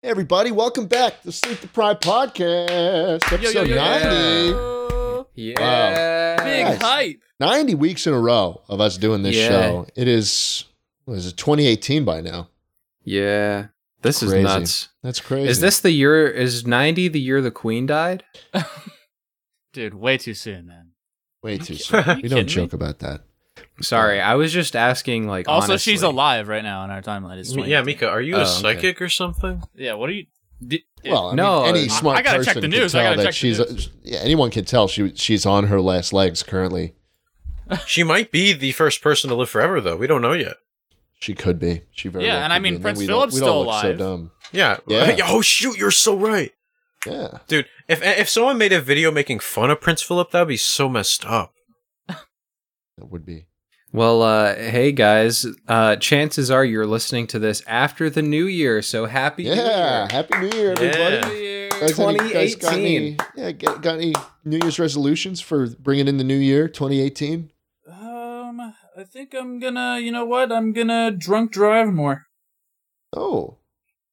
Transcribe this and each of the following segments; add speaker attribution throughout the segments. Speaker 1: Hey everybody, welcome back to Sleep Deprived Podcast,
Speaker 2: yo,
Speaker 1: episode
Speaker 2: yo,
Speaker 1: 90.
Speaker 3: Ooh.
Speaker 2: Yeah.
Speaker 3: Big
Speaker 1: Nice.
Speaker 3: hype.
Speaker 1: 90 weeks in a row of us doing this
Speaker 2: Yeah.
Speaker 1: show. It is, what is it, 2018 by now?
Speaker 2: Yeah. This
Speaker 1: Crazy.
Speaker 2: is nuts.
Speaker 1: That's crazy.
Speaker 2: Is this the year is 90 the year the queen died?
Speaker 3: Dude, way too soon, man.
Speaker 1: way too soon?
Speaker 3: you
Speaker 1: We
Speaker 3: kidding
Speaker 1: don't
Speaker 3: me?
Speaker 1: joke about that.
Speaker 2: Sorry, I was just asking like
Speaker 3: Also,
Speaker 2: honestly.
Speaker 3: she's alive right now in our timeline. It's
Speaker 4: M-
Speaker 3: 20.
Speaker 4: Yeah, Mika, are you
Speaker 2: Oh,
Speaker 4: a
Speaker 2: okay.
Speaker 4: psychic or something?
Speaker 3: Yeah, what are you. Di-
Speaker 1: Well, I
Speaker 2: No,
Speaker 1: mean, any
Speaker 2: I-
Speaker 1: smart
Speaker 3: I gotta check
Speaker 1: person
Speaker 3: the
Speaker 1: can
Speaker 3: news. I
Speaker 1: tell
Speaker 3: gotta
Speaker 1: that
Speaker 3: check the
Speaker 1: she's
Speaker 3: news.
Speaker 1: yeah, anyone can tell she she's on her last legs currently.
Speaker 4: She might be the first person to live forever, though. We don't know yet.
Speaker 1: She could be. She very
Speaker 3: Yeah,
Speaker 1: well
Speaker 3: and
Speaker 1: could
Speaker 3: I
Speaker 1: be.
Speaker 3: mean,
Speaker 1: then
Speaker 3: Prince
Speaker 1: we don't-
Speaker 3: Philip's
Speaker 1: we don't
Speaker 3: still
Speaker 1: look
Speaker 3: alive.
Speaker 1: So dumb.
Speaker 4: Yeah.
Speaker 1: Yeah.
Speaker 4: oh shoot, you're so right,
Speaker 1: Yeah,
Speaker 4: dude. If if someone made a video making fun of Prince Philip, that'd be so messed up.
Speaker 1: that would be.
Speaker 2: Well, uh hey guys, uh chances are you're listening to this after the new year, so happy new
Speaker 1: Yeah, happy New Year, everybody.
Speaker 4: Yeah.
Speaker 2: year.
Speaker 1: Guys, any- guys got
Speaker 2: 2018.
Speaker 1: any- yeah, get- got any New Year's resolutions for bringing in the new year, 2018?
Speaker 3: Um, I think I'm gonna. You know what? I'm gonna drunk drive more.
Speaker 1: Oh,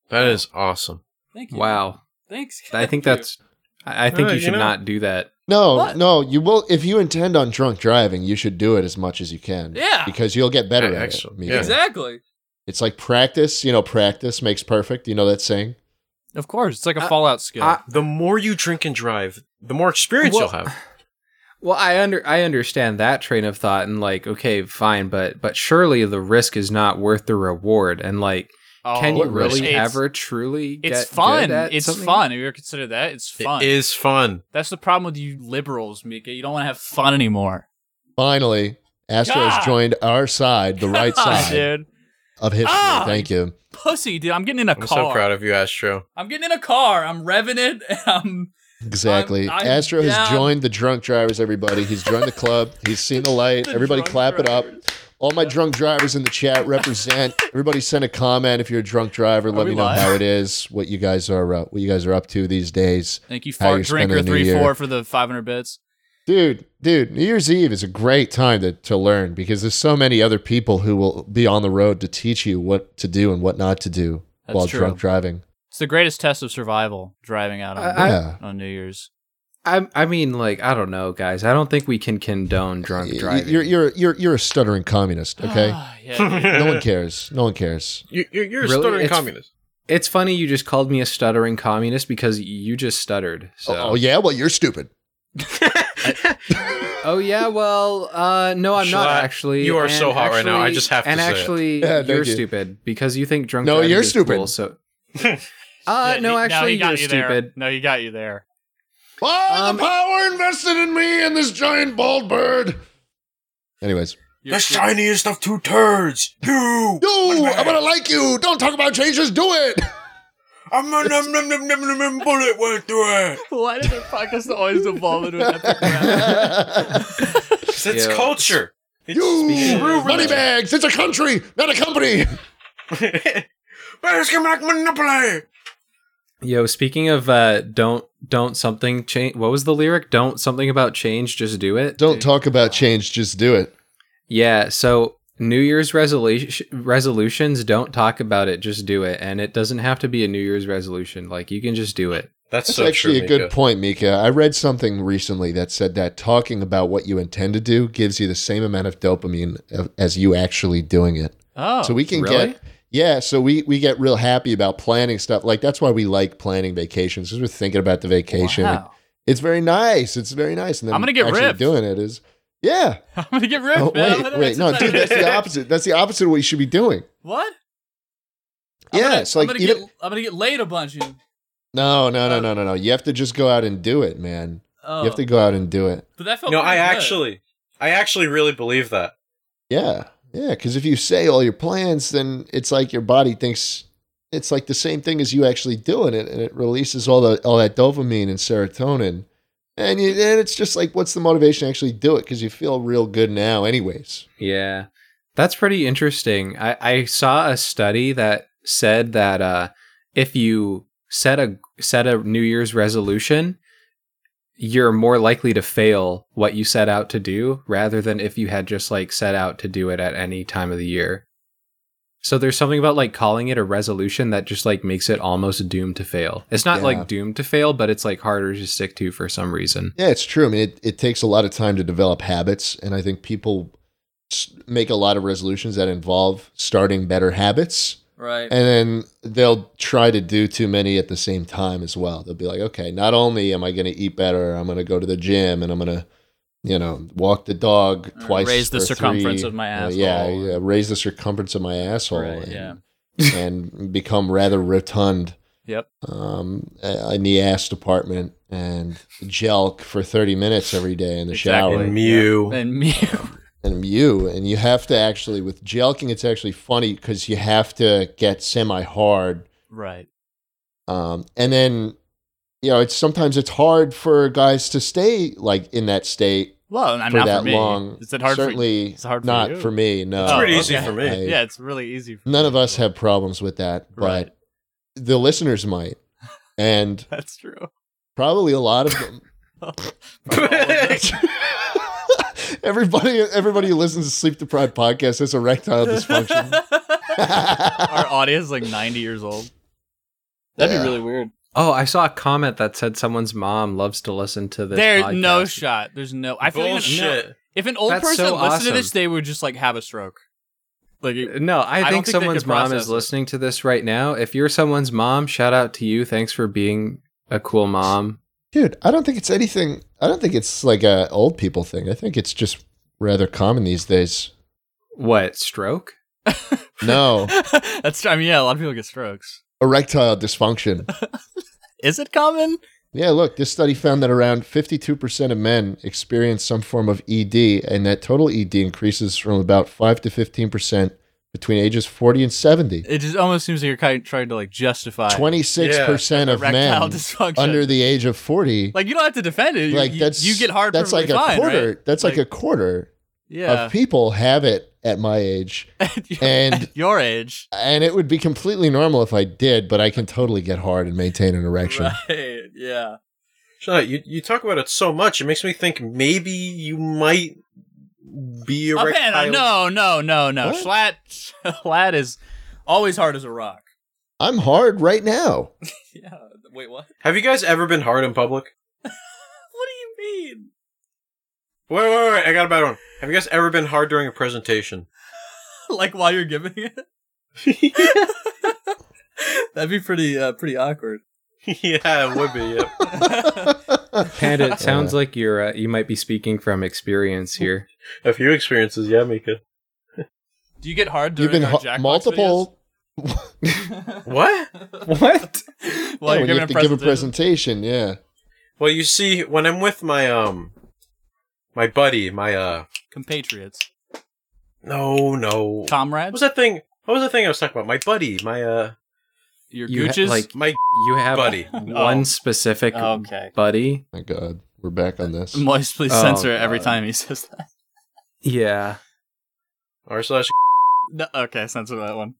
Speaker 4: That is awesome.
Speaker 3: Thank you.
Speaker 2: Wow.
Speaker 3: Thanks.
Speaker 2: I
Speaker 3: Thank
Speaker 2: think that's I I think
Speaker 4: Uh,
Speaker 2: you
Speaker 4: you
Speaker 2: should
Speaker 4: know.
Speaker 2: not do that.
Speaker 1: no,
Speaker 3: What?
Speaker 1: no. You will if you intend on drunk driving. You should do it as much as you can.
Speaker 3: Yeah.
Speaker 1: because you'll get better
Speaker 4: Yeah,
Speaker 1: at
Speaker 4: excellent.
Speaker 1: it. Mika.
Speaker 4: Yeah.
Speaker 3: you. Exactly.
Speaker 1: It's like practice. You know, practice makes perfect. You know that saying.
Speaker 3: Of course. It's like a
Speaker 2: Uh,
Speaker 3: Fallout skill.
Speaker 2: I-
Speaker 4: The more you drink and drive, the more experience
Speaker 2: Well-
Speaker 4: you'll have.
Speaker 2: Well, I under I understand that train of thought and like okay, fine, but but surely the risk is not worth the reward and like
Speaker 3: Oh,
Speaker 2: can you
Speaker 1: what risk?
Speaker 2: really
Speaker 3: it's,
Speaker 2: ever truly get
Speaker 3: It's fun.
Speaker 2: good at
Speaker 3: It's
Speaker 2: something?
Speaker 3: fun. Have you ever considered that? It's fun.
Speaker 4: It is fun.
Speaker 3: That's the problem with you liberals, Mika. You don't want to have fun anymore.
Speaker 1: Finally, Astro
Speaker 3: God.
Speaker 1: has joined our side, the right
Speaker 3: God,
Speaker 1: side
Speaker 3: Ah, dude.
Speaker 1: of history.
Speaker 3: Ah.
Speaker 1: Thank you.
Speaker 3: Pussy, dude. I'm getting in a
Speaker 4: I'm
Speaker 3: car.
Speaker 4: so proud of you, Astro.
Speaker 3: I'm getting in a car. I'm revving it. and I'm
Speaker 1: Exactly.
Speaker 3: I'm- I'm
Speaker 1: Astro has
Speaker 3: down.
Speaker 1: joined the drunk drivers. Everybody, he's joined the club. He's seen the light.
Speaker 3: The
Speaker 1: everybody,
Speaker 3: drunk
Speaker 1: clap it
Speaker 3: drivers.
Speaker 1: up. All my drunk drivers in the chat represent. everybody, send a comment if you're a drunk driver. Let
Speaker 3: we
Speaker 1: me know
Speaker 3: live?
Speaker 1: how it is. What you guys are. Uh, what you guys are up to these days,
Speaker 3: Thank you,
Speaker 1: How
Speaker 3: fart
Speaker 1: you're
Speaker 3: drinker
Speaker 1: spending the new
Speaker 3: three
Speaker 1: year.
Speaker 3: four for the five hundred bits.
Speaker 1: dude. Dude, New Year's Eve is a great time to, to learn because there's so many other people who will be on the road to teach you what to do and what not to do
Speaker 3: That's
Speaker 1: while
Speaker 3: true.
Speaker 1: drunk driving.
Speaker 3: It's the greatest test of survival driving out on,
Speaker 2: I- I-
Speaker 1: Yeah.
Speaker 3: on New Year's.
Speaker 2: I I mean like I don't know, guys. I don't think we can condone drunk
Speaker 1: Y-
Speaker 2: driving.
Speaker 1: You're you're you're you're a stuttering communist. Okay,
Speaker 3: Ah,
Speaker 2: Uh,
Speaker 3: yeah.
Speaker 1: no one cares. No one cares.
Speaker 4: You, you're you're
Speaker 2: Really?
Speaker 4: a stuttering
Speaker 2: It's-
Speaker 4: communist.
Speaker 2: it's funny you just called me a stuttering communist because you just stuttered. So.
Speaker 1: Oh, oh yeah, well you're stupid.
Speaker 2: Oh, yeah, well, uh, no, I'm not
Speaker 4: Schlatt,
Speaker 2: actually.
Speaker 4: you are
Speaker 2: And
Speaker 4: so hot right now. I
Speaker 2: actually-
Speaker 4: just have to
Speaker 2: And
Speaker 4: say it.
Speaker 2: actually,
Speaker 1: Yeah, thank
Speaker 2: you're
Speaker 1: you.
Speaker 2: stupid because you think drunk.
Speaker 1: No,
Speaker 2: driving
Speaker 1: you're
Speaker 2: is
Speaker 1: stupid.
Speaker 2: cool, so, uh, no, actually, you're stupid.
Speaker 3: No, he got you there.
Speaker 1: By
Speaker 2: Um,
Speaker 1: the power invested in me and this giant bald bird. Anyways,
Speaker 4: shiniest of two turds. You.
Speaker 1: you, I'm gonna like you. Don't talk about changes. Do it.
Speaker 4: I'm a num num num num num num bullet went through it.
Speaker 3: Why did the podcast always evolve into an epic
Speaker 4: It's
Speaker 2: Yeah.
Speaker 4: culture. It's
Speaker 1: you,
Speaker 2: Speaking of-
Speaker 1: money bags. It's a country, not a company.
Speaker 4: Bears can make monopoly.
Speaker 2: Yo, speaking of uh, don't don't something change. What was the lyric? Don't something about change. Just do it.
Speaker 1: Don't talk about change. Just do it.
Speaker 2: Yeah. So New Year's resolution resolutions don't talk about it. Just do it, and it doesn't have to be a New Year's resolution. Like you can just do it.
Speaker 4: That's,
Speaker 1: That's
Speaker 4: so
Speaker 1: actually
Speaker 4: true,
Speaker 1: a good
Speaker 4: Mika.
Speaker 1: point, Mika. I read something recently that said that talking about what you intend to do gives you the same amount of dopamine of- as you actually doing it.
Speaker 3: Oh,
Speaker 1: so we can
Speaker 2: really?
Speaker 1: get yeah so we we get real happy about planning stuff like that's why we like planning vacations because we're thinking about the vacation
Speaker 3: wow.
Speaker 1: it's very nice it's very nice and then
Speaker 3: I'm gonna get
Speaker 1: actually
Speaker 3: ripped.
Speaker 1: doing it is yeah
Speaker 3: I'm gonna get ripped,
Speaker 1: oh,
Speaker 3: man. I'm
Speaker 1: wait
Speaker 3: gonna-
Speaker 1: wait no dude that's the opposite that's the opposite of what you should be doing
Speaker 3: What? I'm
Speaker 1: yeah
Speaker 3: gonna-
Speaker 1: it's like
Speaker 3: I'm gonna,
Speaker 1: you
Speaker 3: get,
Speaker 1: don't-
Speaker 3: I'm gonna get laid a bunch. And,
Speaker 1: no no no no no no you have to just go out and do it man
Speaker 3: oh,
Speaker 1: you have to go out and do it
Speaker 3: but that felt
Speaker 4: No,
Speaker 3: pretty
Speaker 4: I
Speaker 3: good.
Speaker 4: actually, I actually really believe that.
Speaker 1: Yeah. Yeah. Because if you say all your plans, then it's like your body thinks it's like the same thing as you actually doing it. And it releases all the all that dopamine and serotonin. And, you, and it's just like, what's the motivation to actually do it? Because you feel real good now, anyways.
Speaker 2: Yeah. That's pretty interesting. I, I saw a study that said that uh, if you set a set a New Year's resolution, you're more likely to fail what you set out to do rather than if you had just like set out to do it at any time of the year. So there's something about like calling it a resolution that just like makes it almost doomed to fail. It's not
Speaker 1: Yeah.
Speaker 2: like doomed to fail, but it's like harder to stick to for some reason.
Speaker 1: Yeah, it's true. I mean, it, it takes a lot of time to develop habits, and I think people s- make a lot of resolutions that involve starting better habits,
Speaker 3: Right.
Speaker 1: and then they'll try to do too many at the same time as well. They'll be like, okay, not only am I going to eat better, I'm going to go to the gym, and I'm going to, you know, walk the dog
Speaker 3: Or
Speaker 1: twice.
Speaker 3: raise the
Speaker 1: or
Speaker 3: circumference
Speaker 1: three-
Speaker 3: of my
Speaker 1: uh,
Speaker 3: asshole.
Speaker 1: yeah, yeah, raise the circumference of my asshole.
Speaker 3: Right,
Speaker 1: and,
Speaker 3: yeah.
Speaker 1: and become rather rotund
Speaker 3: Yep.
Speaker 1: um, uh, in the ass department and jelk for 30 minutes every day in the
Speaker 3: Exactly.
Speaker 1: shower.
Speaker 4: And Mew.
Speaker 3: And me.
Speaker 1: And you, and you have to actually, with jelking, it's actually funny because you have to get semi hard.
Speaker 3: right.
Speaker 1: Um, and then, you know, it's sometimes it's hard for guys to stay like in that state
Speaker 5: Well, and
Speaker 1: for
Speaker 5: Uh, not
Speaker 1: that
Speaker 5: for me.
Speaker 1: long.
Speaker 5: Is it hard for
Speaker 1: Certainly
Speaker 5: It's hard for
Speaker 1: not
Speaker 5: you?
Speaker 1: for me. No,
Speaker 4: It's pretty
Speaker 5: Oh,
Speaker 4: easy
Speaker 5: okay.
Speaker 4: for me.
Speaker 1: I-
Speaker 5: Yeah, it's really easy. For
Speaker 1: none
Speaker 5: me.
Speaker 1: of us have problems with that,
Speaker 5: Right.
Speaker 1: but the listeners might. And
Speaker 5: That's true.
Speaker 1: probably a lot of them.
Speaker 5: Oh,
Speaker 1: everybody, everybody who listens to Sleep Deprived podcast has erectile dysfunction.
Speaker 5: Our audience is like 90 years old.
Speaker 3: That'd
Speaker 1: Yeah.
Speaker 3: be really weird.
Speaker 2: Oh, I saw a comment that said someone's mom loves to listen to this.
Speaker 5: There's no
Speaker 2: podcast.
Speaker 5: shot. There's no. I feel
Speaker 4: Bullshit.
Speaker 5: Like, no. If an old
Speaker 2: That's
Speaker 5: person
Speaker 2: so
Speaker 5: listened to this,
Speaker 2: awesome.
Speaker 5: they would just like have a stroke. Like it-
Speaker 2: No, I,
Speaker 5: don't think
Speaker 2: think,
Speaker 5: they
Speaker 2: someone's
Speaker 5: could
Speaker 2: mom
Speaker 5: process
Speaker 2: is
Speaker 5: it.
Speaker 2: listening to this right now. If you're someone's mom, shout out to you. Thanks for being a cool mom.
Speaker 1: Dude, I don't think it's anything. I don't think it's like a old people thing. I think it's just rather common these days.
Speaker 2: What stroke?
Speaker 1: No,
Speaker 5: that's. I mean, yeah, a lot of people get strokes.
Speaker 1: erectile dysfunction.
Speaker 5: Is it common?
Speaker 1: Yeah, look, this study found that around 52% of men experience some form of ED, and that total ED increases from about 5 to 15% between ages 40 and 70.
Speaker 5: It just almost seems like you're kind of trying to like justify
Speaker 1: 26% of
Speaker 5: erectile
Speaker 1: men
Speaker 5: dysfunction.
Speaker 1: under the age of 40
Speaker 5: like you don't have to defend it. You,
Speaker 1: like
Speaker 5: you-
Speaker 1: that's
Speaker 5: you get hard.
Speaker 1: that's like a
Speaker 5: perfectly fine,
Speaker 1: quarter
Speaker 5: right?
Speaker 1: that's like, a quarter
Speaker 5: yeah.
Speaker 1: of people have it at my age
Speaker 5: At your-
Speaker 1: and-
Speaker 5: at your age,
Speaker 1: and it would be completely normal if i did but i can totally get hard and maintain an erection
Speaker 5: right? Yeah.
Speaker 4: Shut up. You, you talk about it so much, it makes me think maybe you might be
Speaker 5: Oh,
Speaker 4: erectile.
Speaker 5: man, no, no, no, no.
Speaker 1: What?
Speaker 5: Schlatt, Schlatt is always hard as a rock.
Speaker 1: i'm hard right now
Speaker 5: Yeah. Wait, what?
Speaker 4: Have you guys ever been hard in public?
Speaker 5: What do you mean?
Speaker 4: Wait, wait, wait. I got a better one. Have you guys ever been hard during a presentation?
Speaker 5: like while you're giving it? That'd be pretty, uh, pretty awkward.
Speaker 4: yeah, it would be. Yep.
Speaker 2: And it sounds like you're uh, you might be speaking from experience here.
Speaker 4: a few experiences, yeah, Mika.
Speaker 5: Do you get hard
Speaker 1: you've
Speaker 5: during
Speaker 1: been
Speaker 5: our
Speaker 1: ha-
Speaker 5: Jackbox
Speaker 1: multiple
Speaker 5: videos?
Speaker 4: What?
Speaker 2: What?
Speaker 1: yeah, when
Speaker 5: while you're
Speaker 1: Oh, you
Speaker 5: giving
Speaker 1: have to
Speaker 5: a
Speaker 1: give a
Speaker 5: presentation?
Speaker 1: presentation yeah
Speaker 4: Well, you see, when I'm with my um, my buddy, my uh,
Speaker 5: compatriots,
Speaker 4: no, no, what was
Speaker 5: comrades,
Speaker 4: that thing? What was the thing I was talking about? My buddy, my uh,
Speaker 5: your
Speaker 2: You ha-
Speaker 5: gooches.
Speaker 2: like
Speaker 4: my
Speaker 2: you have
Speaker 4: buddy.
Speaker 2: one
Speaker 5: Oh.
Speaker 2: specific
Speaker 5: okay.
Speaker 2: buddy.
Speaker 1: my god we're back on this
Speaker 5: Moist, please
Speaker 2: Oh,
Speaker 5: censor it every
Speaker 2: God.
Speaker 5: time he says that.
Speaker 2: Yeah.
Speaker 4: R slash.
Speaker 5: No, okay, censor that one.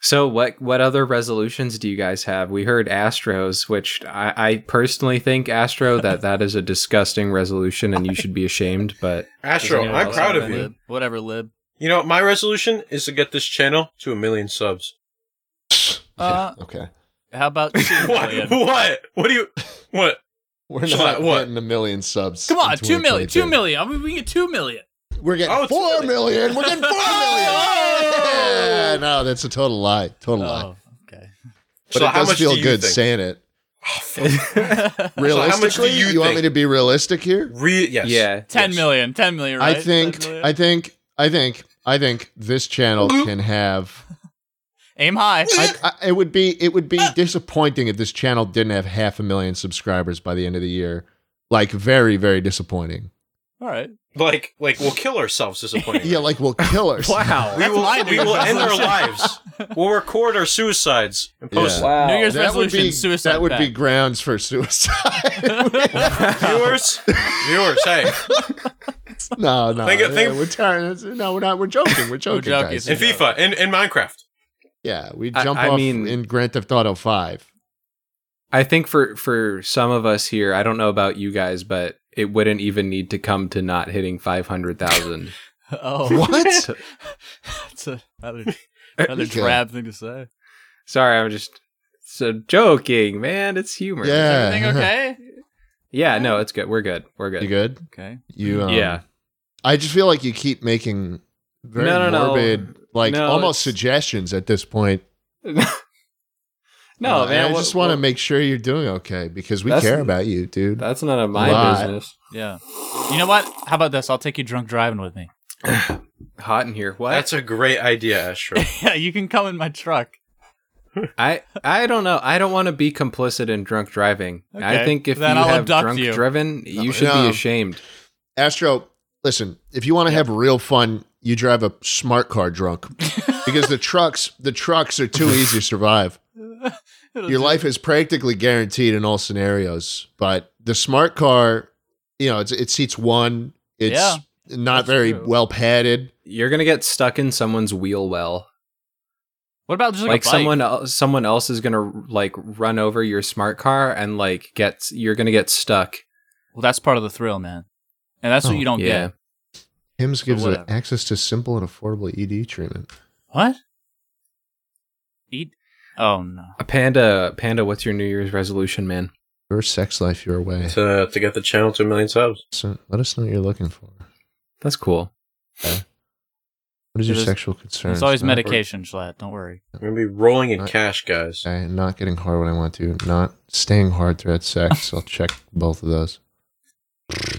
Speaker 2: So what what other resolutions do you guys have? We heard Astros, which I, I personally think Astro that that is a disgusting resolution and you should be ashamed. But
Speaker 4: Astro,
Speaker 2: anyone
Speaker 4: I'm
Speaker 2: else
Speaker 4: proud
Speaker 2: have
Speaker 4: of
Speaker 2: any?
Speaker 4: you.
Speaker 5: Lib. Whatever, lib.
Speaker 4: You know, my resolution is to get this channel to a million subs.
Speaker 5: Uh,
Speaker 1: yeah, okay
Speaker 5: How about two
Speaker 4: what?
Speaker 5: million?
Speaker 4: What? What do you? What?
Speaker 1: we're
Speaker 4: Shut
Speaker 1: not
Speaker 4: up, what?
Speaker 1: getting a million subs
Speaker 5: Come on,
Speaker 1: in
Speaker 5: two million, two
Speaker 1: 2022.
Speaker 5: million. I mean, we can get two million.
Speaker 1: We're getting
Speaker 4: Oh,
Speaker 1: four
Speaker 4: it's really-
Speaker 1: million. We're getting four
Speaker 5: Oh!
Speaker 1: million. Yeah, no, that's a total lie. Total
Speaker 5: Uh,
Speaker 1: lie.
Speaker 5: okay.
Speaker 4: So
Speaker 1: But it
Speaker 4: how
Speaker 1: does
Speaker 4: much
Speaker 1: feel
Speaker 4: do you
Speaker 1: good
Speaker 4: think? Ah,
Speaker 1: saying it.
Speaker 4: how much do
Speaker 1: Realistically, you,
Speaker 4: you
Speaker 1: want
Speaker 4: think?
Speaker 1: me to be realistic here?
Speaker 4: Re- yes.
Speaker 2: yeah.
Speaker 5: Ten
Speaker 4: Yes.
Speaker 5: million, ten million. Right?
Speaker 1: I think.
Speaker 5: 10 million?
Speaker 1: I think. I think. I think this channel can have.
Speaker 5: aim high.
Speaker 1: I, I, it would be. It would be disappointing if this channel didn't have half a million subscribers by the end of the year. Like very, very disappointing.
Speaker 5: All right.
Speaker 4: Like, like we'll kill ourselves disappointing.
Speaker 1: Yeah, like we'll kill us.
Speaker 2: Wow.
Speaker 4: we
Speaker 5: That's
Speaker 4: will.
Speaker 5: my
Speaker 4: we
Speaker 5: New
Speaker 4: will
Speaker 5: Year's
Speaker 4: end our
Speaker 5: resolution.
Speaker 4: lives. We'll record our suicides and post.
Speaker 1: Yeah.
Speaker 5: New Year's
Speaker 1: That would
Speaker 5: resolution:
Speaker 1: be.
Speaker 5: suicide.
Speaker 1: that would be
Speaker 5: pact.
Speaker 1: grounds for suicide.
Speaker 4: it. Viewers, viewers, hey,
Speaker 1: No, no,
Speaker 4: Think-
Speaker 1: yeah,
Speaker 4: think-
Speaker 1: we're tiring. it's- No, we're not. We're joking. We're joking,
Speaker 5: joking.
Speaker 1: guys.
Speaker 4: in FIFA, in in Minecraft.
Speaker 1: Yeah, we
Speaker 2: I-
Speaker 1: jump
Speaker 2: I
Speaker 1: off
Speaker 2: mean-
Speaker 1: in Grand Theft Auto Five.
Speaker 2: I think for for some of us here, I don't know about you guys, but it wouldn't even need to come to not hitting five hundred thousand.
Speaker 5: Oh,
Speaker 1: What?
Speaker 5: that's another Another
Speaker 1: Okay.
Speaker 5: drab thing to say.
Speaker 2: Sorry, I'm just so joking, man. It's humor.
Speaker 1: Yeah.
Speaker 5: Everything okay?
Speaker 2: Yeah, no, it's good. We're good. We're good.
Speaker 1: You good?
Speaker 5: okay.
Speaker 1: You um,
Speaker 2: yeah.
Speaker 1: I just feel like you keep making very
Speaker 2: No, no, no.
Speaker 1: morbid, like
Speaker 2: No,
Speaker 1: almost
Speaker 2: it's-
Speaker 1: suggestions at this point.
Speaker 2: no,
Speaker 1: Uh, and
Speaker 2: man.
Speaker 1: I
Speaker 2: what-
Speaker 1: just want to
Speaker 2: what-
Speaker 1: make sure you're doing okay because we
Speaker 2: That's-
Speaker 1: care about you, dude.
Speaker 2: That's none of my
Speaker 1: Lie.
Speaker 2: business.
Speaker 5: Yeah. You know what? How about this? I'll take you drunk driving with me.
Speaker 2: Hot in here. What?
Speaker 4: That's a great idea, Astro.
Speaker 5: yeah, you can come in my truck.
Speaker 2: I I don't know. I don't want to be complicit in drunk driving. I
Speaker 5: Okay,
Speaker 2: think if
Speaker 5: then
Speaker 2: you
Speaker 5: I'll
Speaker 2: have
Speaker 5: abduct
Speaker 2: drunk
Speaker 5: you.
Speaker 2: driven, you should
Speaker 1: No.
Speaker 2: be ashamed.
Speaker 1: Astro, listen, if you want to have real fun, you drive a smart car drunk because the trucks, the trucks are too easy to survive.
Speaker 5: It'll
Speaker 1: Your
Speaker 5: do.
Speaker 1: life is practically guaranteed in all scenarios, but the smart car, you know, it's, it seats one. It's
Speaker 5: Yeah,
Speaker 1: not
Speaker 5: that's
Speaker 1: very
Speaker 5: true.
Speaker 1: well padded.
Speaker 2: You're gonna get stuck in someone's wheel well.
Speaker 5: What about just like,
Speaker 2: Like,
Speaker 5: a bike?
Speaker 2: someone else, someone else is gonna like run over your smart car and like get you're gonna get stuck.
Speaker 5: Well, that's part of the thrill, man. And that's what
Speaker 1: Oh,
Speaker 5: you don't
Speaker 2: yeah.
Speaker 5: get.
Speaker 1: Hims gives it
Speaker 5: whatever.
Speaker 1: access to simple and affordable ED treatment.
Speaker 5: What? Eat? Oh no.
Speaker 2: A panda, panda. What's your New Year's resolution, man?
Speaker 1: Your sex life your way.
Speaker 4: to, to get the channel to a million subs.
Speaker 1: So let us know what you're looking for.
Speaker 2: That's cool.
Speaker 1: What is your
Speaker 5: It is-
Speaker 1: sexual concern?
Speaker 5: It's always
Speaker 1: Not-
Speaker 5: medication, Schlatt. Don't worry.
Speaker 4: I'm gonna be rolling in
Speaker 1: Alright.
Speaker 4: cash, guys.
Speaker 1: Okay, not getting hard when I want to. Not staying hard throughout sex. I'll check both of those.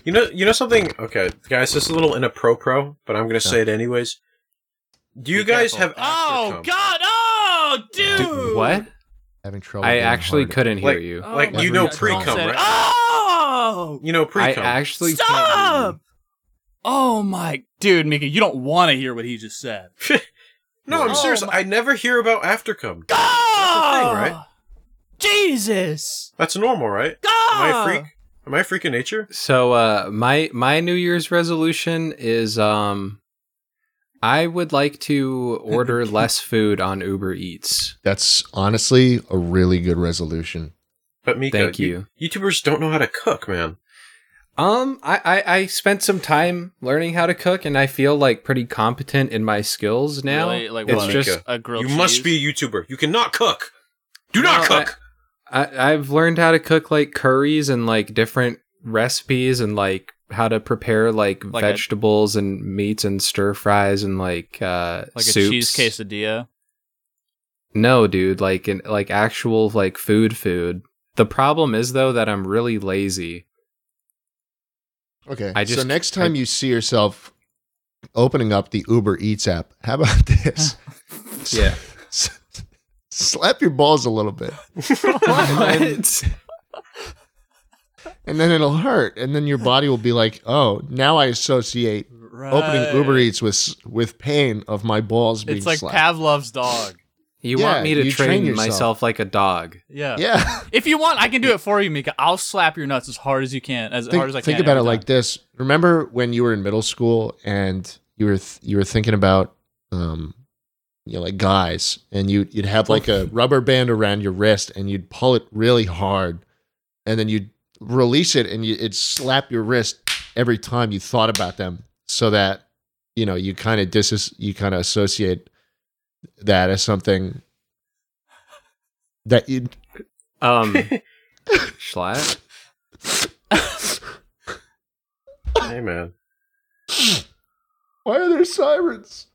Speaker 4: You know, you know something. Okay, guys, this is a little inappropriate, but I'm gonna say it anyways. Do you
Speaker 5: Be
Speaker 4: guys
Speaker 5: careful.
Speaker 4: have?
Speaker 5: Oh
Speaker 4: after cum?
Speaker 5: God! Oh, dude!
Speaker 2: Dude, what?
Speaker 1: Having trouble.
Speaker 2: I
Speaker 1: getting
Speaker 2: actually
Speaker 1: hard.
Speaker 2: couldn't hear
Speaker 4: Like-
Speaker 2: you.
Speaker 5: Oh,
Speaker 4: Like,
Speaker 5: my
Speaker 1: you know
Speaker 5: God.
Speaker 1: pre-cum,
Speaker 5: Don't say it.
Speaker 4: right?
Speaker 5: Oh!
Speaker 4: You know,
Speaker 2: I
Speaker 4: pre cum.
Speaker 2: actually
Speaker 5: Stop!
Speaker 2: Can't
Speaker 5: Oh my, dude, Mika, you don't want to hear what he just said.
Speaker 4: no, I'm
Speaker 5: Oh
Speaker 4: serious.
Speaker 5: my-
Speaker 4: I never hear about after cum.
Speaker 5: Go!
Speaker 4: right?
Speaker 5: Jesus!
Speaker 4: That's normal, right?
Speaker 5: Go!
Speaker 4: Am I a freak? Am I a freak in nature?
Speaker 2: So uh my my New Year's resolution is um I would like to order less food on Uber Eats.
Speaker 1: That's honestly a really good resolution.
Speaker 4: But Mika,
Speaker 2: Thank you.
Speaker 4: YouTubers don't know how to cook, man.
Speaker 2: Um I, I I spent some time learning how to cook and I feel like pretty competent in my skills now.
Speaker 5: Really? Like,
Speaker 2: it's
Speaker 5: what?
Speaker 2: just
Speaker 5: A grilled
Speaker 4: you must
Speaker 5: cheese?
Speaker 4: be a YouTuber. You cannot cook. Do not
Speaker 2: No, I-
Speaker 4: cook.
Speaker 2: I, I've learned how to cook like curries and like different recipes and like how to prepare like,
Speaker 5: Like a-
Speaker 2: vegetables and meats and stir fries and like uh
Speaker 5: like a
Speaker 2: soups.
Speaker 5: cheese quesadilla.
Speaker 2: No, dude, like in like actual like food food. The problem is though that I'm really lazy.
Speaker 1: Okay.
Speaker 2: I just-
Speaker 1: so next time
Speaker 2: I-
Speaker 1: you see yourself opening up the Uber Eats app, how about this?
Speaker 2: Yeah.
Speaker 1: S- Slap your balls a little bit,
Speaker 2: what?
Speaker 1: and then it'll hurt, and then your body will be like, "Oh, now I associate
Speaker 5: Right.
Speaker 1: opening Uber Eats with s- with pain of my balls being
Speaker 5: It's like
Speaker 1: slapped."
Speaker 5: Pavlov's dog.
Speaker 2: You
Speaker 1: Yeah,
Speaker 2: want me to
Speaker 1: you train
Speaker 2: train,
Speaker 1: yourself.
Speaker 2: myself like a dog?
Speaker 5: Yeah.
Speaker 1: yeah.
Speaker 5: If you want, I can do it for you, Mika. I'll slap your nuts as hard as you can, as
Speaker 1: think,
Speaker 5: hard as I
Speaker 1: think
Speaker 5: can.
Speaker 1: about it
Speaker 5: every
Speaker 1: like
Speaker 5: time.
Speaker 1: this. Remember when you were in middle school and you were th- you were thinking about um you know like guys and you you'd have like a rubber band around your wrist and you'd pull it really hard and then you'd release it and you, it'd slap your wrist every time you thought about them so that you know you kind of dis you kind of associate that as something that you
Speaker 2: Um Schlatt?
Speaker 4: hey, man.
Speaker 1: why are there sirens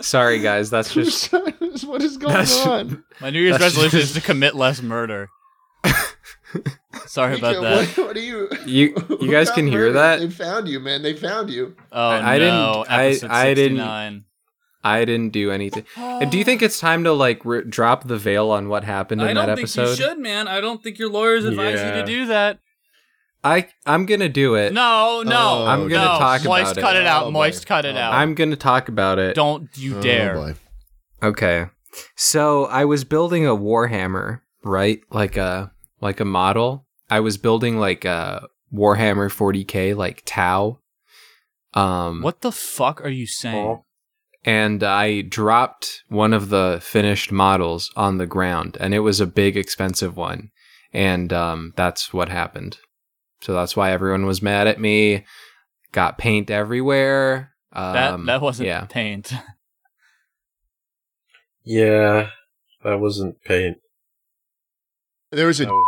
Speaker 2: Sorry guys, that's just
Speaker 1: There's sirens. what is going
Speaker 2: That's-
Speaker 1: on
Speaker 5: My New Year's
Speaker 2: That's
Speaker 5: resolution
Speaker 2: just-
Speaker 5: is to commit less murder. Sorry
Speaker 1: Mika,
Speaker 5: about that.
Speaker 1: What, what are you?
Speaker 2: you you guys
Speaker 1: Got
Speaker 2: can hear
Speaker 1: murdered.
Speaker 2: that?
Speaker 1: They found you, man. They found you.
Speaker 5: Oh
Speaker 2: I-
Speaker 5: no!
Speaker 2: I didn't- I-
Speaker 5: Episode
Speaker 2: I didn't-
Speaker 5: 69.
Speaker 2: I didn't do anything. And Do you think it's time to like re- drop the veil on what happened in
Speaker 3: I
Speaker 2: that
Speaker 3: don't think
Speaker 2: episode?
Speaker 3: you should, man. I don't think your lawyers advise
Speaker 4: Yeah.
Speaker 3: you to do.
Speaker 5: do that?
Speaker 2: I I'm gonna do it.
Speaker 5: No, no.
Speaker 1: Oh,
Speaker 2: I'm gonna
Speaker 5: no.
Speaker 2: talk about
Speaker 5: Moist,
Speaker 2: it.
Speaker 5: cut it out.
Speaker 1: Oh,
Speaker 5: Moist,
Speaker 1: boy.
Speaker 5: cut it
Speaker 1: Oh.
Speaker 5: out.
Speaker 2: I'm gonna talk about it.
Speaker 5: Don't you dare.
Speaker 1: Oh, boy.
Speaker 2: Okay. So I was building a Warhammer, right? Like a like a model. I was building like a Warhammer 40K like Tau. Um
Speaker 5: what the fuck are you saying?
Speaker 4: Oh.
Speaker 2: and I dropped one of the finished models on the ground and it was a big expensive one. And um that's what happened. So that's why everyone was mad at me. Got paint everywhere. Um,
Speaker 5: that that wasn't
Speaker 2: yeah.
Speaker 5: paint.
Speaker 4: Yeah, that wasn't paint.
Speaker 1: There was a
Speaker 5: Oh.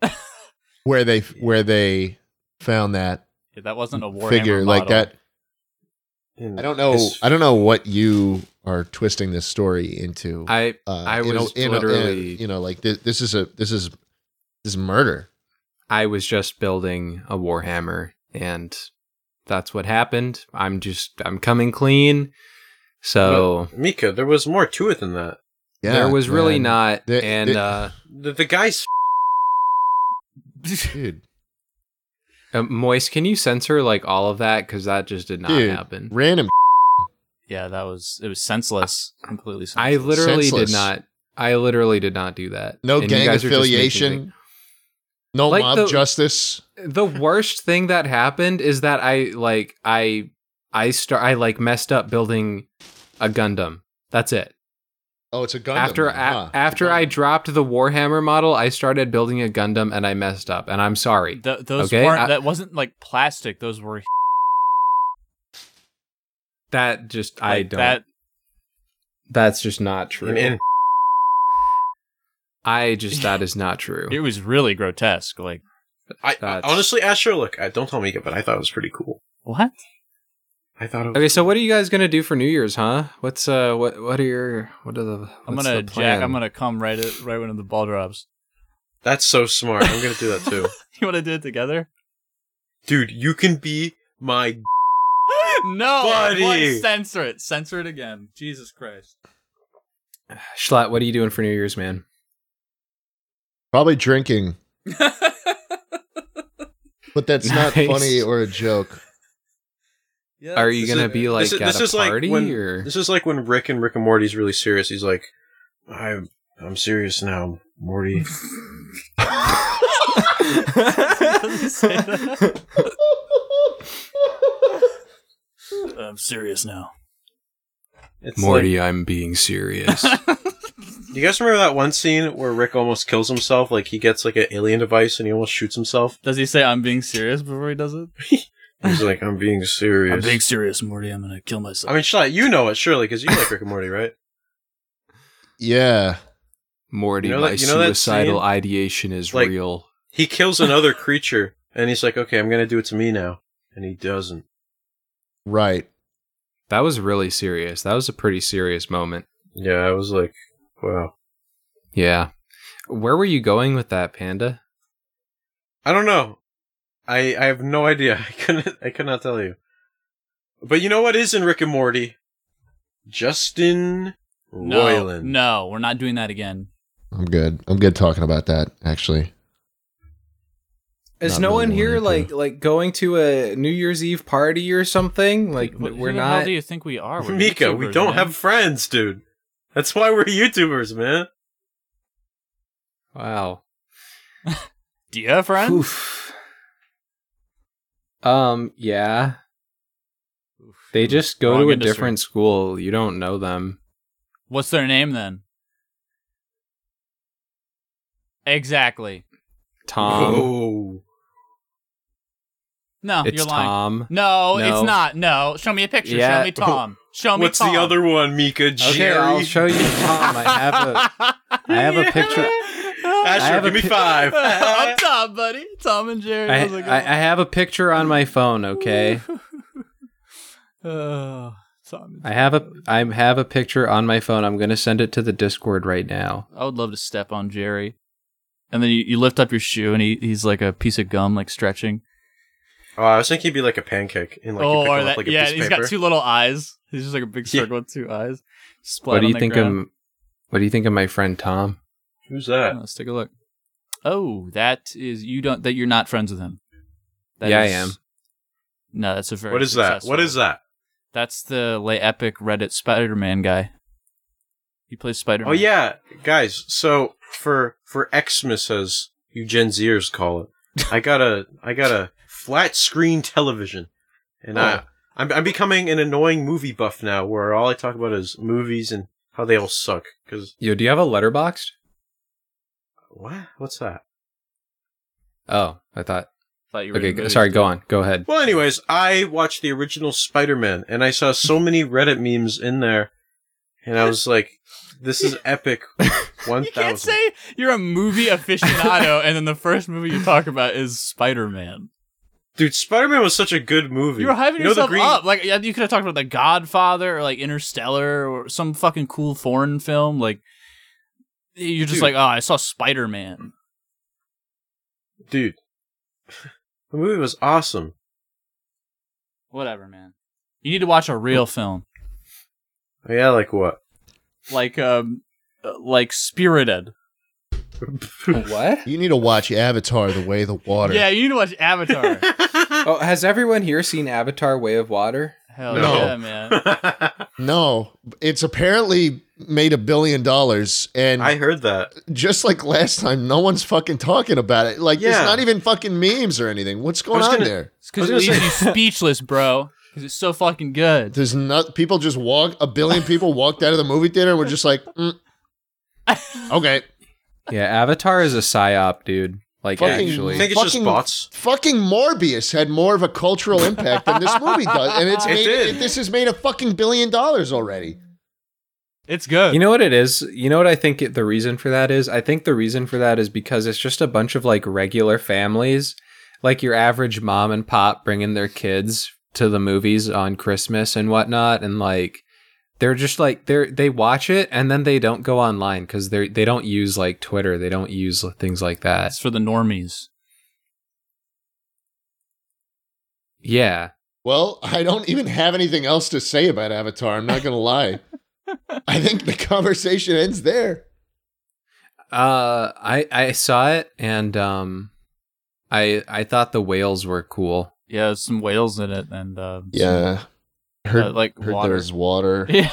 Speaker 4: That was-
Speaker 1: where they where they found that
Speaker 5: Yeah, that wasn't a war
Speaker 1: figure like that. I don't know.
Speaker 4: It's-
Speaker 1: I don't know what you are twisting this story into.
Speaker 2: I
Speaker 1: uh,
Speaker 2: I
Speaker 1: you know-
Speaker 2: was
Speaker 1: you know, uh,
Speaker 2: literally-
Speaker 1: you know, like this, this is a this is this is murder.
Speaker 2: I was just building a warhammer, and that's what happened. I'm just I'm coming clean. So
Speaker 4: Mika, there was more to it than that.
Speaker 1: Yeah,
Speaker 2: there was really
Speaker 1: man.
Speaker 2: not,
Speaker 1: The-
Speaker 2: and
Speaker 1: the-
Speaker 2: uh,
Speaker 4: The, the guy's
Speaker 1: dude.
Speaker 2: uh, Moist, can you censor like all of that because that just did not
Speaker 1: Dude,
Speaker 2: happen.
Speaker 1: Random.
Speaker 5: Yeah, that was it was senseless, completely
Speaker 2: I
Speaker 5: senseless.
Speaker 2: literally
Speaker 1: Senseless.
Speaker 2: did not. I literally did not do that.
Speaker 1: No
Speaker 2: And you
Speaker 1: gang
Speaker 2: guys are just making things-
Speaker 1: affiliation. No
Speaker 2: Like
Speaker 1: mob
Speaker 2: the-
Speaker 1: justice.
Speaker 2: the worst thing that happened is that I like I I start I like messed up building a Gundam. That's it.
Speaker 1: Oh, it's a Gundam.
Speaker 2: after a-
Speaker 1: then, huh?
Speaker 2: after I dropped the Warhammer model, I started building a Gundam and I messed up and I'm sorry.
Speaker 5: Th- those
Speaker 2: Okay,
Speaker 5: weren't.
Speaker 2: I-
Speaker 5: that wasn't like plastic. Those were.
Speaker 2: That just I
Speaker 5: like,
Speaker 2: don't
Speaker 5: That
Speaker 2: that's just not true.
Speaker 4: an in.
Speaker 2: I just that is not true.
Speaker 5: it was really grotesque. Like
Speaker 4: I,
Speaker 2: That's-
Speaker 4: honestly, Astro, look, I don't tell Mika, but I thought it was pretty cool.
Speaker 5: what?
Speaker 4: I thought it was.
Speaker 2: Okay, so what are you guys gonna do for New Year's, huh? What's uh what what are your what are the
Speaker 5: I'm
Speaker 2: what's
Speaker 5: gonna
Speaker 2: the
Speaker 5: jack.
Speaker 2: plan?
Speaker 5: I'm gonna come right at, right when the ball drops.
Speaker 4: That's so smart. I'm gonna do that too,
Speaker 5: You want to do it together?
Speaker 4: dude. You can be my.
Speaker 5: no,
Speaker 4: Buddy!
Speaker 5: Boy, censor it. Censor it again. Jesus Christ.
Speaker 2: Schlatt, what are you doing for New Year's, man?
Speaker 1: Probably drinking, but that's not
Speaker 2: Nice.
Speaker 1: funny or a joke.
Speaker 3: Yeah,
Speaker 2: Are you
Speaker 4: This
Speaker 2: gonna
Speaker 4: is-
Speaker 2: be like
Speaker 4: this is-
Speaker 2: at
Speaker 4: this
Speaker 2: a
Speaker 4: is like
Speaker 2: party
Speaker 4: when-
Speaker 2: or
Speaker 4: This is like when Rick and Rick and Morty's really serious. He's like, I'm I'm serious now, Morty.
Speaker 5: Doesn't say that. I'm serious now.
Speaker 4: It's
Speaker 2: Morty, I'm being serious.
Speaker 4: like- you guys remember that one scene where Rick almost kills himself? Like he gets like an alien device and he almost shoots himself.
Speaker 5: Does he say I'm being serious before he does it?
Speaker 4: He's like, I'm being serious.
Speaker 5: I'm being serious, Morty. I'm gonna kill myself.
Speaker 4: I mean, Shlai, you know it surely because you like Rick and Morty, right?
Speaker 1: Yeah.
Speaker 2: Morty,
Speaker 4: You know
Speaker 2: my
Speaker 4: that- you know that
Speaker 2: suicidal
Speaker 4: scene?
Speaker 2: ideation is
Speaker 4: Like-
Speaker 2: real.
Speaker 4: He kills another creature and he's like, okay, I'm gonna do it to me now, and he doesn't.
Speaker 1: Right.
Speaker 2: That was really serious. That was a pretty serious moment.
Speaker 4: Yeah, I was like, wow.
Speaker 2: Yeah. Where were you going with that, Panda?
Speaker 4: I don't know. I I have no idea. I couldn't I could not tell you. But you know what is in Rick and Morty? Justin
Speaker 5: no,
Speaker 4: Roiland.
Speaker 5: no, we're not doing that again.
Speaker 1: I'm good. I'm good talking about that. Actually,
Speaker 2: Is
Speaker 1: Not
Speaker 2: no
Speaker 1: really
Speaker 2: one here
Speaker 1: wanting
Speaker 2: like
Speaker 1: to.
Speaker 2: like going to a New Year's Eve party or something? Like
Speaker 5: Wh- who
Speaker 2: we're
Speaker 5: the hell
Speaker 2: not.
Speaker 5: do you think we are? We're
Speaker 4: Mika, we
Speaker 5: YouTubers,
Speaker 4: don't
Speaker 5: man.
Speaker 4: have friends, dude. That's why we're YouTubers, man.
Speaker 2: Wow.
Speaker 5: Do you have friends?
Speaker 2: Oof. Um. Yeah. They just go
Speaker 5: Wrong
Speaker 2: to a
Speaker 5: industry.
Speaker 2: different school. You don't know them.
Speaker 5: What's their name then? Exactly. Um,
Speaker 2: Tom.
Speaker 4: Whoa.
Speaker 5: No,
Speaker 2: It's
Speaker 5: you're lying.
Speaker 2: Tom.
Speaker 5: No,
Speaker 2: No.
Speaker 5: it's not. No, show me a picture.
Speaker 2: Yeah.
Speaker 5: Show me Tom. Show me
Speaker 4: What's
Speaker 5: Tom.
Speaker 4: the other one, Mika? Jerry.
Speaker 2: Okay, I'll show you Tom. I have a I have a picture.
Speaker 4: Asher,
Speaker 2: I have a
Speaker 4: give
Speaker 2: pi-
Speaker 4: me five.
Speaker 5: I'm Tom, buddy. Tom and Jerry.
Speaker 2: I,
Speaker 5: That was a good
Speaker 2: I, I have a picture on my phone. Okay,
Speaker 5: one. Oh, Tom. and
Speaker 2: I have a I have a picture on my phone. I'm gonna send it to the Discord right now.
Speaker 5: I would love to step on Jerry. And then you, you lift up your shoe, and he, he's like a piece of gum, like stretching.
Speaker 4: oh, I was thinking he'd be like a pancake and like you
Speaker 5: oh,
Speaker 4: pick
Speaker 5: or
Speaker 4: him
Speaker 5: that,
Speaker 4: up like a
Speaker 5: yeah,
Speaker 4: piece of
Speaker 5: he's
Speaker 4: paper.
Speaker 5: got two little eyes. He's just like a big
Speaker 4: Yeah.
Speaker 5: circle with two eyes. Splat
Speaker 2: What do
Speaker 5: on
Speaker 2: you
Speaker 5: the
Speaker 2: think
Speaker 5: ground.
Speaker 2: of What do you think of my friend Tom?
Speaker 4: Who's
Speaker 5: Yeah,
Speaker 4: that?
Speaker 5: let's take a look. Oh, that is you don't that you're not friends with him.
Speaker 2: Yeah, I am.
Speaker 5: No, that's a very.
Speaker 4: What is that?
Speaker 5: successful-
Speaker 4: What is that?
Speaker 5: That's the lay epic Reddit Spider-Man guy. He plays Spider-Man.
Speaker 4: Oh yeah, guys. So for for Xmas, as you Gen Zers call it, I got a I got a flat screen television, and
Speaker 5: Oh.
Speaker 4: I I'm, I'm becoming an annoying movie buff now, where all I talk about is movies and how they all suck. Because
Speaker 2: Yo, do you have a letterboxed?
Speaker 4: what? What's that?
Speaker 2: Oh, I thought.
Speaker 5: Thought you were
Speaker 2: Okay,
Speaker 5: in
Speaker 2: go-
Speaker 5: movies.
Speaker 2: sorry. Go on. Go ahead.
Speaker 4: Well, anyways, I watched the original Spider Man, and I saw so many Reddit memes in there, and I was like, "This is epic." One
Speaker 5: You can't
Speaker 4: thousand.
Speaker 5: say you're a movie aficionado, and then the first movie you talk about is Spider Man.
Speaker 4: Dude, Spider Man was such a good movie.
Speaker 5: You were hyping
Speaker 4: You know the
Speaker 5: yourself
Speaker 4: green-
Speaker 5: up. Like yeah, you could have talked about The Godfather or like Interstellar or some fucking cool foreign film. Like you're just
Speaker 4: Dude.
Speaker 5: like, oh, I saw Spider Man.
Speaker 4: Dude, the movie was awesome.
Speaker 5: Whatever, man. You need to watch a real film,
Speaker 4: Oh, yeah, like what?
Speaker 5: like um, uh, like Spirited.
Speaker 2: What?
Speaker 1: You need to watch Avatar: The Way of the Water.
Speaker 5: Yeah, you need to watch Avatar.
Speaker 2: Oh, has everyone here seen Avatar: Way of Water?
Speaker 5: Hell
Speaker 4: No.
Speaker 5: yeah, man.
Speaker 1: No, it's apparently made a billion dollars, and
Speaker 4: I heard that.
Speaker 1: just like last time, no one's fucking talking about it. Like,
Speaker 4: Yeah.
Speaker 1: there's not even fucking memes or anything. What's going
Speaker 4: was
Speaker 1: on
Speaker 4: gonna-
Speaker 1: there?
Speaker 5: It's because
Speaker 4: I
Speaker 5: it
Speaker 4: was
Speaker 5: leaves
Speaker 4: gonna
Speaker 5: you speechless, bro. Because it's so fucking good.
Speaker 1: There's not people just walk. A billion people walked out of the movie theater and were just like, mm, okay,
Speaker 2: Yeah, Avatar is a psyop, dude. Like
Speaker 1: Fucking
Speaker 4: I
Speaker 2: actually,
Speaker 4: think it's just
Speaker 1: Fucking-
Speaker 4: bots.
Speaker 1: fucking Morbius had more of a cultural impact than this movie does, and it's
Speaker 4: It
Speaker 1: made,
Speaker 4: did.
Speaker 1: this has made a fucking billion dollars already.
Speaker 5: It's good.
Speaker 2: you know what it is. You know what I think it, the reason for that is. I think the reason for that is because it's just a bunch of like regular families, like your average mom and pop, bringing their kids to the movies on Christmas and whatnot, and like they're just like they're they watch it and then they don't go online because they they don't use like Twitter, they don't use things like that.
Speaker 5: That's for the normies.
Speaker 2: Yeah,
Speaker 1: Well, I don't even have anything else to say about Avatar. I'm not gonna lie. I think the conversation ends there.
Speaker 2: Uh, I I saw it and um, I I thought the whales were cool.
Speaker 5: Yeah, there's some whales in it and uh,
Speaker 1: Yeah, heard,
Speaker 5: uh, like
Speaker 1: heard
Speaker 5: water.
Speaker 1: there's water.
Speaker 5: Yeah,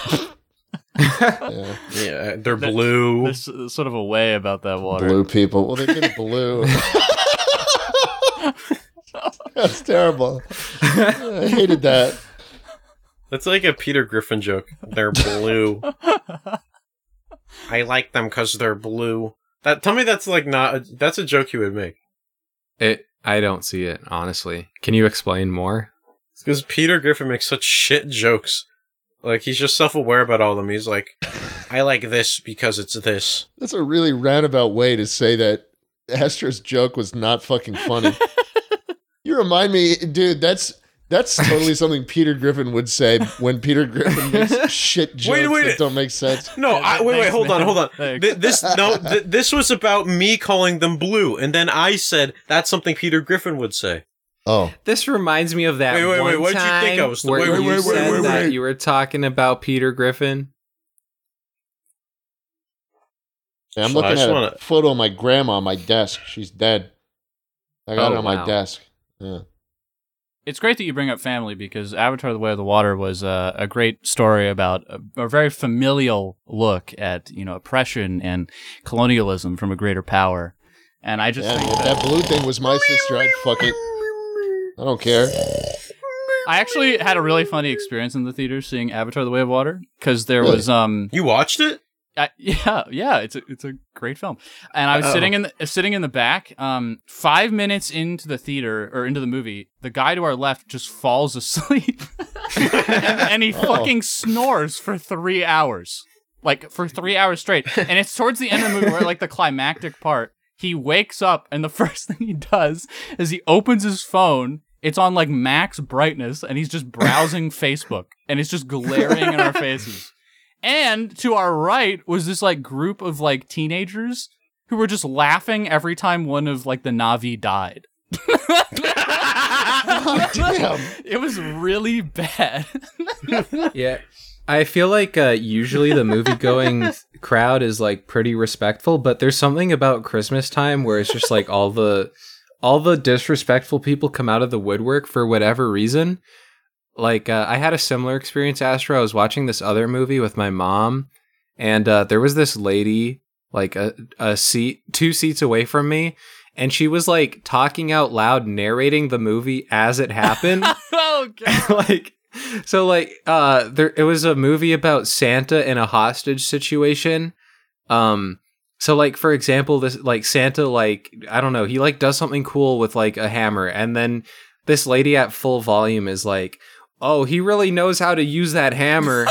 Speaker 1: Yeah.
Speaker 4: Yeah, they're
Speaker 5: The-
Speaker 4: blue.
Speaker 5: there's s- sort of a way about that water.
Speaker 1: Blue people. Well, they've been blue. That's terrible. I hated that.
Speaker 4: That's like a Peter Griffin joke. They're blue. I like them because they're blue. That tell me that's like not a, that's a joke you would make.
Speaker 2: It I don't see it honestly. Can you explain more?
Speaker 4: Because Peter Griffin makes such shit jokes. Like he's just self aware about all of them. He's like, I like this because it's this.
Speaker 1: That's a really roundabout way to say that Astro's joke was not fucking funny. you remind me, dude, that's that's totally something Peter Griffin would say when Peter Griffin makes shit jokes
Speaker 4: Wait, wait.
Speaker 1: that don't make sense.
Speaker 4: No, Oh, I, wait, wait,
Speaker 5: Thanks,
Speaker 4: hold on,
Speaker 5: man.
Speaker 4: hold on.
Speaker 5: Thanks.
Speaker 4: Th- this no, th- this was about me calling them blue, and then I said that's something Peter Griffin would say.
Speaker 1: Oh.
Speaker 2: This reminds me of that
Speaker 4: Wait, wait,
Speaker 2: one
Speaker 4: wait, what'd you
Speaker 2: time
Speaker 4: think I was-
Speaker 2: where
Speaker 4: wait,
Speaker 1: wait,
Speaker 2: you
Speaker 1: wait,
Speaker 2: said
Speaker 1: wait,
Speaker 2: that
Speaker 1: wait.
Speaker 2: you were talking about Peter Griffin.
Speaker 1: Yeah, I'm
Speaker 4: So I
Speaker 1: looking
Speaker 4: just
Speaker 1: at
Speaker 4: wanna-
Speaker 1: a photo of my grandma on my desk. She's dead. I got
Speaker 2: Oh,
Speaker 1: it on
Speaker 2: wow.
Speaker 1: my desk. Yeah.
Speaker 5: It's great that you bring up family because Avatar: The Way of the Water was uh, a great story about a, a very familial look at you know oppression and colonialism from a greater power. And I just
Speaker 1: Yeah,
Speaker 5: think
Speaker 1: if that blue thing was my sister, I'd fuck it. I don't care.
Speaker 5: I actually had a really funny experience in the theater seeing Avatar: The Way of Water because there was um
Speaker 4: You watched it?
Speaker 5: I, yeah yeah it's a it's a great film and I was
Speaker 4: Uh-oh.
Speaker 5: sitting in the, uh, sitting in the back um five minutes into the theater or into the movie the guy to our left just falls asleep and, and he fucking snores for three hours like for three hours straight and it's towards the end of the movie where like the climactic part he wakes up and the first thing he does is he opens his phone it's on like max brightness and he's just browsing facebook and it's just glaring in our faces and to our right was this like group of like teenagers who were just laughing every time one of like the navi died
Speaker 4: Oh,
Speaker 1: Damn.
Speaker 5: it was really bad
Speaker 2: yeah. I feel like uh, usually the movie going crowd is like pretty respectful, but there's something about Christmas time where it's just like all the all the disrespectful people come out of the woodwork for whatever reason. Like uh, I had a similar experience, Astro. I was watching this other movie with my mom, and uh, there was this lady like a a seat two seats away from me, and she was like talking out loud, narrating the movie as it happened.
Speaker 5: oh god
Speaker 2: like so like uh there it was a movie about santa in a hostage situation um so like for example this like santa like i don't know he like does something cool with like a hammer and then this lady at full volume is like oh he really knows how to use that hammer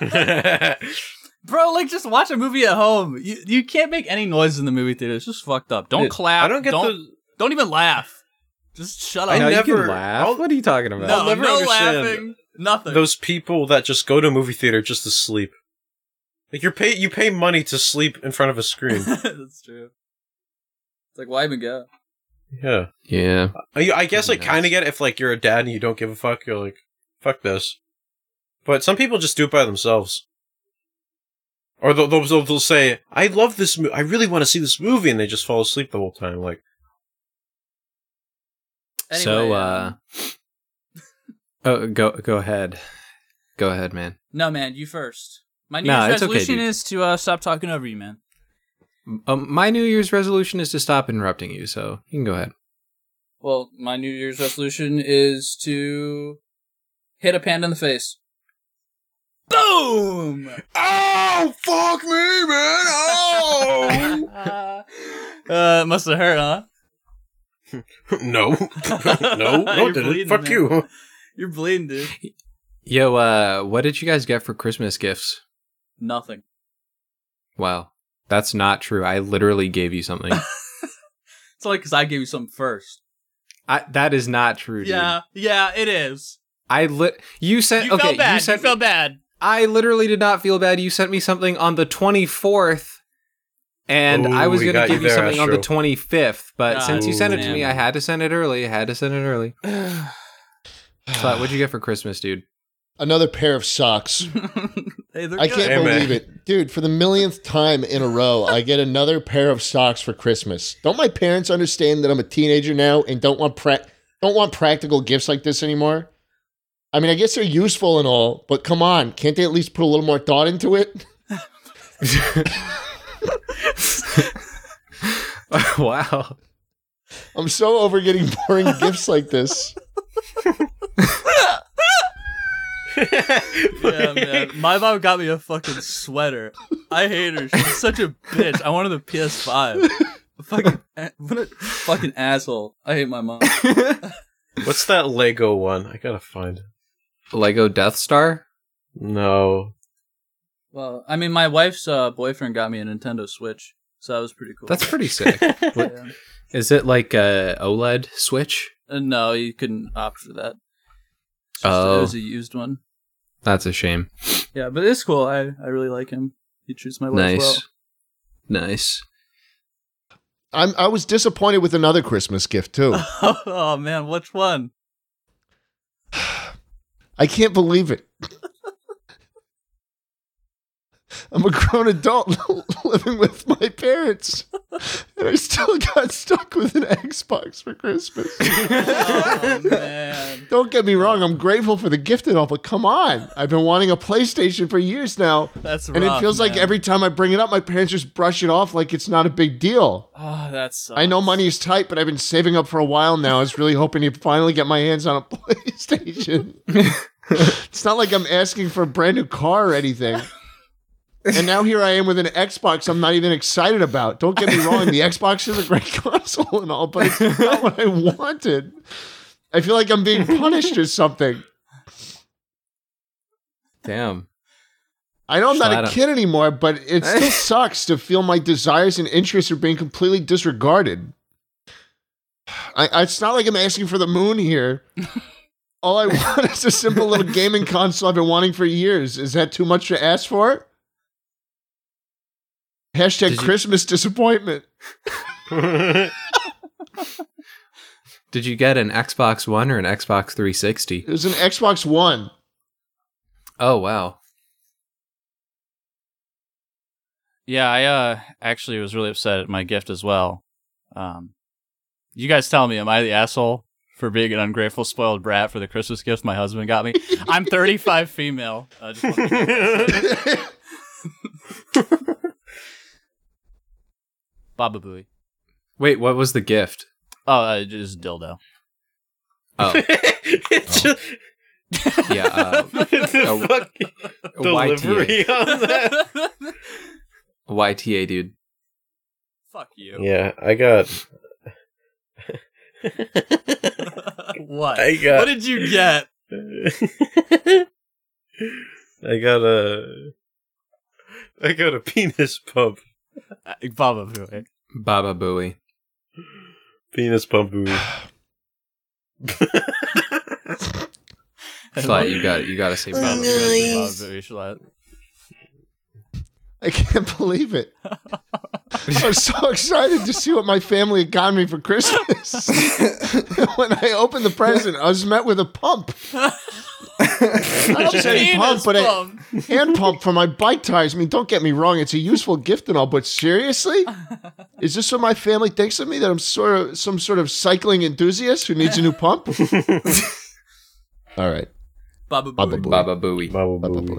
Speaker 5: Bro, like just watch a movie at home. You, you can't make any noise in the movie theater. It's just fucked up. Don't
Speaker 4: Yeah,
Speaker 5: clap.
Speaker 4: I don't get
Speaker 5: don't,
Speaker 4: the.
Speaker 5: don't even laugh. Just shut
Speaker 4: I
Speaker 5: up.
Speaker 2: no, you
Speaker 4: never-
Speaker 2: can laugh.
Speaker 4: I'll-
Speaker 2: what are you talking about?
Speaker 5: no,
Speaker 4: I'll never
Speaker 5: no
Speaker 4: understand
Speaker 5: laughing. Nothing.
Speaker 4: those people that just go to a movie theater just to sleep. Like you're pay you pay money to sleep in front of a screen.
Speaker 5: That's true. It's like why even go?
Speaker 4: yeah,
Speaker 2: Yeah.
Speaker 4: I, I guess I
Speaker 2: Yes.
Speaker 4: kind of get it if like you're a dad and you don't give a fuck. You're like, fuck this. But some people just do it by themselves. Or they'll, they'll, they'll say, "I love this. Mo- I really want to see this movie," and they just fall asleep the whole time. Like,
Speaker 2: so,
Speaker 5: Anyway,
Speaker 2: uh,
Speaker 5: um,
Speaker 2: oh, go go ahead, go ahead, man.
Speaker 5: no man, you first. My New
Speaker 2: Nah,
Speaker 5: Year's
Speaker 2: it's okay,
Speaker 5: resolution
Speaker 2: dude.
Speaker 5: is to uh, stop talking over you, man.
Speaker 2: Um, my New Year's resolution is to stop interrupting you, so you can go ahead.
Speaker 5: Well, my New Year's resolution is to hit a panda in the face. Boom!
Speaker 4: oh fuck me, man! Oh
Speaker 5: uh, it must have hurt, huh?
Speaker 4: no, no, no,
Speaker 5: You're
Speaker 4: it didn't.
Speaker 5: bleeding,
Speaker 4: Fuck
Speaker 5: man.
Speaker 4: you.
Speaker 5: You're bleeding, dude.
Speaker 2: Yo, uh, what did you guys get for Christmas gifts?
Speaker 5: Nothing.
Speaker 2: Wow, that's not true. I literally gave you something.
Speaker 5: It's only because I gave you something first.
Speaker 2: I, that is not true. Dude.
Speaker 5: Yeah, yeah, it is.
Speaker 2: I lit. You sent.
Speaker 5: You
Speaker 2: Eh, okay,
Speaker 5: felt bad.
Speaker 2: you
Speaker 5: You,
Speaker 2: sent.
Speaker 5: felt bad.
Speaker 2: I literally did not feel bad. You sent me something on the 24th, and I
Speaker 4: Ooh,
Speaker 2: was
Speaker 4: we
Speaker 2: going to
Speaker 4: got you
Speaker 2: give you,
Speaker 4: there,
Speaker 2: something on the
Speaker 4: Astro.
Speaker 2: 25th, but
Speaker 5: Ah,
Speaker 2: since you sent it to
Speaker 5: man.
Speaker 2: me, I had to send it early. I had to send it early. Slut, what'd you get for Christmas, dude?
Speaker 1: Another pair of socks.
Speaker 5: hey, they're
Speaker 1: I
Speaker 5: good.
Speaker 1: can't
Speaker 4: Hey, man.
Speaker 1: believe it. Dude, for the millionth time in a row, I get another pair of socks for Christmas. Don't my parents understand that I'm a teenager now and don't want prac don't want practical gifts like this anymore? I mean, I guess they're useful and all, but come on, can't they at least put a little more thought into it?
Speaker 2: wow.
Speaker 1: I'm so over getting boring gifts like this.
Speaker 5: Yeah, man. My mom got me a fucking sweater. I hate her. She's such a bitch. I wanted the PS5. Fucking, a- what a fucking asshole. I hate my mom.
Speaker 4: What's that Lego one? I gotta find it.
Speaker 2: Lego Death Star?
Speaker 4: No.
Speaker 5: Well, I mean, my wife's uh, boyfriend got me a Nintendo Switch, so that was pretty cool.
Speaker 2: That's pretty sick. what-
Speaker 5: Yeah.
Speaker 2: Is it like a OLED Switch?
Speaker 5: Uh, no, you couldn't opt for that. It's just-
Speaker 2: Oh.
Speaker 5: It was a used one.
Speaker 2: That's a shame.
Speaker 5: Yeah, but it's cool. I, I really like him. He treats my wife
Speaker 2: Nice.
Speaker 5: well.
Speaker 2: Nice.
Speaker 1: I'm I was disappointed with another Christmas gift too.
Speaker 5: Oh, man, which one?
Speaker 1: I can't believe it. I'm a grown adult living with my parents, and I still got stuck with an Xbox for Christmas.
Speaker 5: Oh man.
Speaker 1: Don't get me wrong, I'm grateful for the gift and all, but come on. I've been wanting a PlayStation for years now,
Speaker 5: That's rough,
Speaker 1: and it feels like
Speaker 5: man.
Speaker 1: every time I bring it up, my parents just brush it off like it's not a big deal.
Speaker 5: Oh, that's
Speaker 1: I know money is tight, but I've been saving up for a while now. I was really hoping to finally get my hands on a PlayStation. it's not like I'm asking for a brand new car or anything. And now here I am with an Xbox I'm not even excited about. Don't get me wrong, the Xbox is a great console and all, but it's not what I wanted. I feel like I'm being punished or something.
Speaker 2: Damn.
Speaker 1: I know I'm not
Speaker 2: Flat
Speaker 1: a
Speaker 2: out.
Speaker 1: kid anymore, but it still sucks to feel my desires and interests are being completely disregarded. I, I- it's not like I'm asking for the moon here. All I want is a simple little gaming console I've been wanting for years. Is that too much to ask for? Hashtag
Speaker 2: Did you-
Speaker 1: Christmas disappointment.
Speaker 4: Oh.
Speaker 2: Did you get an Xbox One or an Xbox 360?
Speaker 1: It was an Xbox One.
Speaker 2: Oh, wow.
Speaker 5: Yeah, I uh actually was really upset at my gift as well. Um You guys tell me, am I the asshole for being an ungrateful spoiled brat for the Christmas gifts my husband got me? I'm 35 female. Uh, just wanted to- Baba Booey.
Speaker 2: Wait, what was the gift?
Speaker 5: Oh, uh, just dildo.
Speaker 2: Oh,
Speaker 4: it's just
Speaker 2: yeah. Uh,
Speaker 4: the
Speaker 2: Oh.
Speaker 4: fucking
Speaker 2: YTA.
Speaker 4: delivery on that.
Speaker 2: YTA, dude.
Speaker 5: Fuck you.
Speaker 4: Yeah, I got.
Speaker 5: what?
Speaker 4: I got-
Speaker 5: What did you get?
Speaker 4: I got a. I got a penis pump.
Speaker 5: Uh, Baba Booey.
Speaker 2: Baba Booey.
Speaker 4: Penis pump. Ooh.
Speaker 2: Schlatt, you got you got to say
Speaker 5: Baba
Speaker 2: Baba. Booey.
Speaker 5: Booey. Baba
Speaker 1: Nice.
Speaker 5: Booey. Schlatt.
Speaker 1: I can't believe it. I'm so excited to see what my family had gotten me for Christmas. when I opened the present, I was met with a pump. Not upsetting pump,
Speaker 5: Penis
Speaker 1: but a
Speaker 5: pump.
Speaker 1: hand pump for my bike tires. I mean, don't get me wrong; it's a useful gift and all, but seriously, is this what my family thinks of me? That I'm sort of some sort of cycling enthusiast who needs a new pump? all right,
Speaker 5: Baba Booey.
Speaker 1: probably.
Speaker 2: Baba Booey.
Speaker 4: Baba Booey.
Speaker 1: Probably.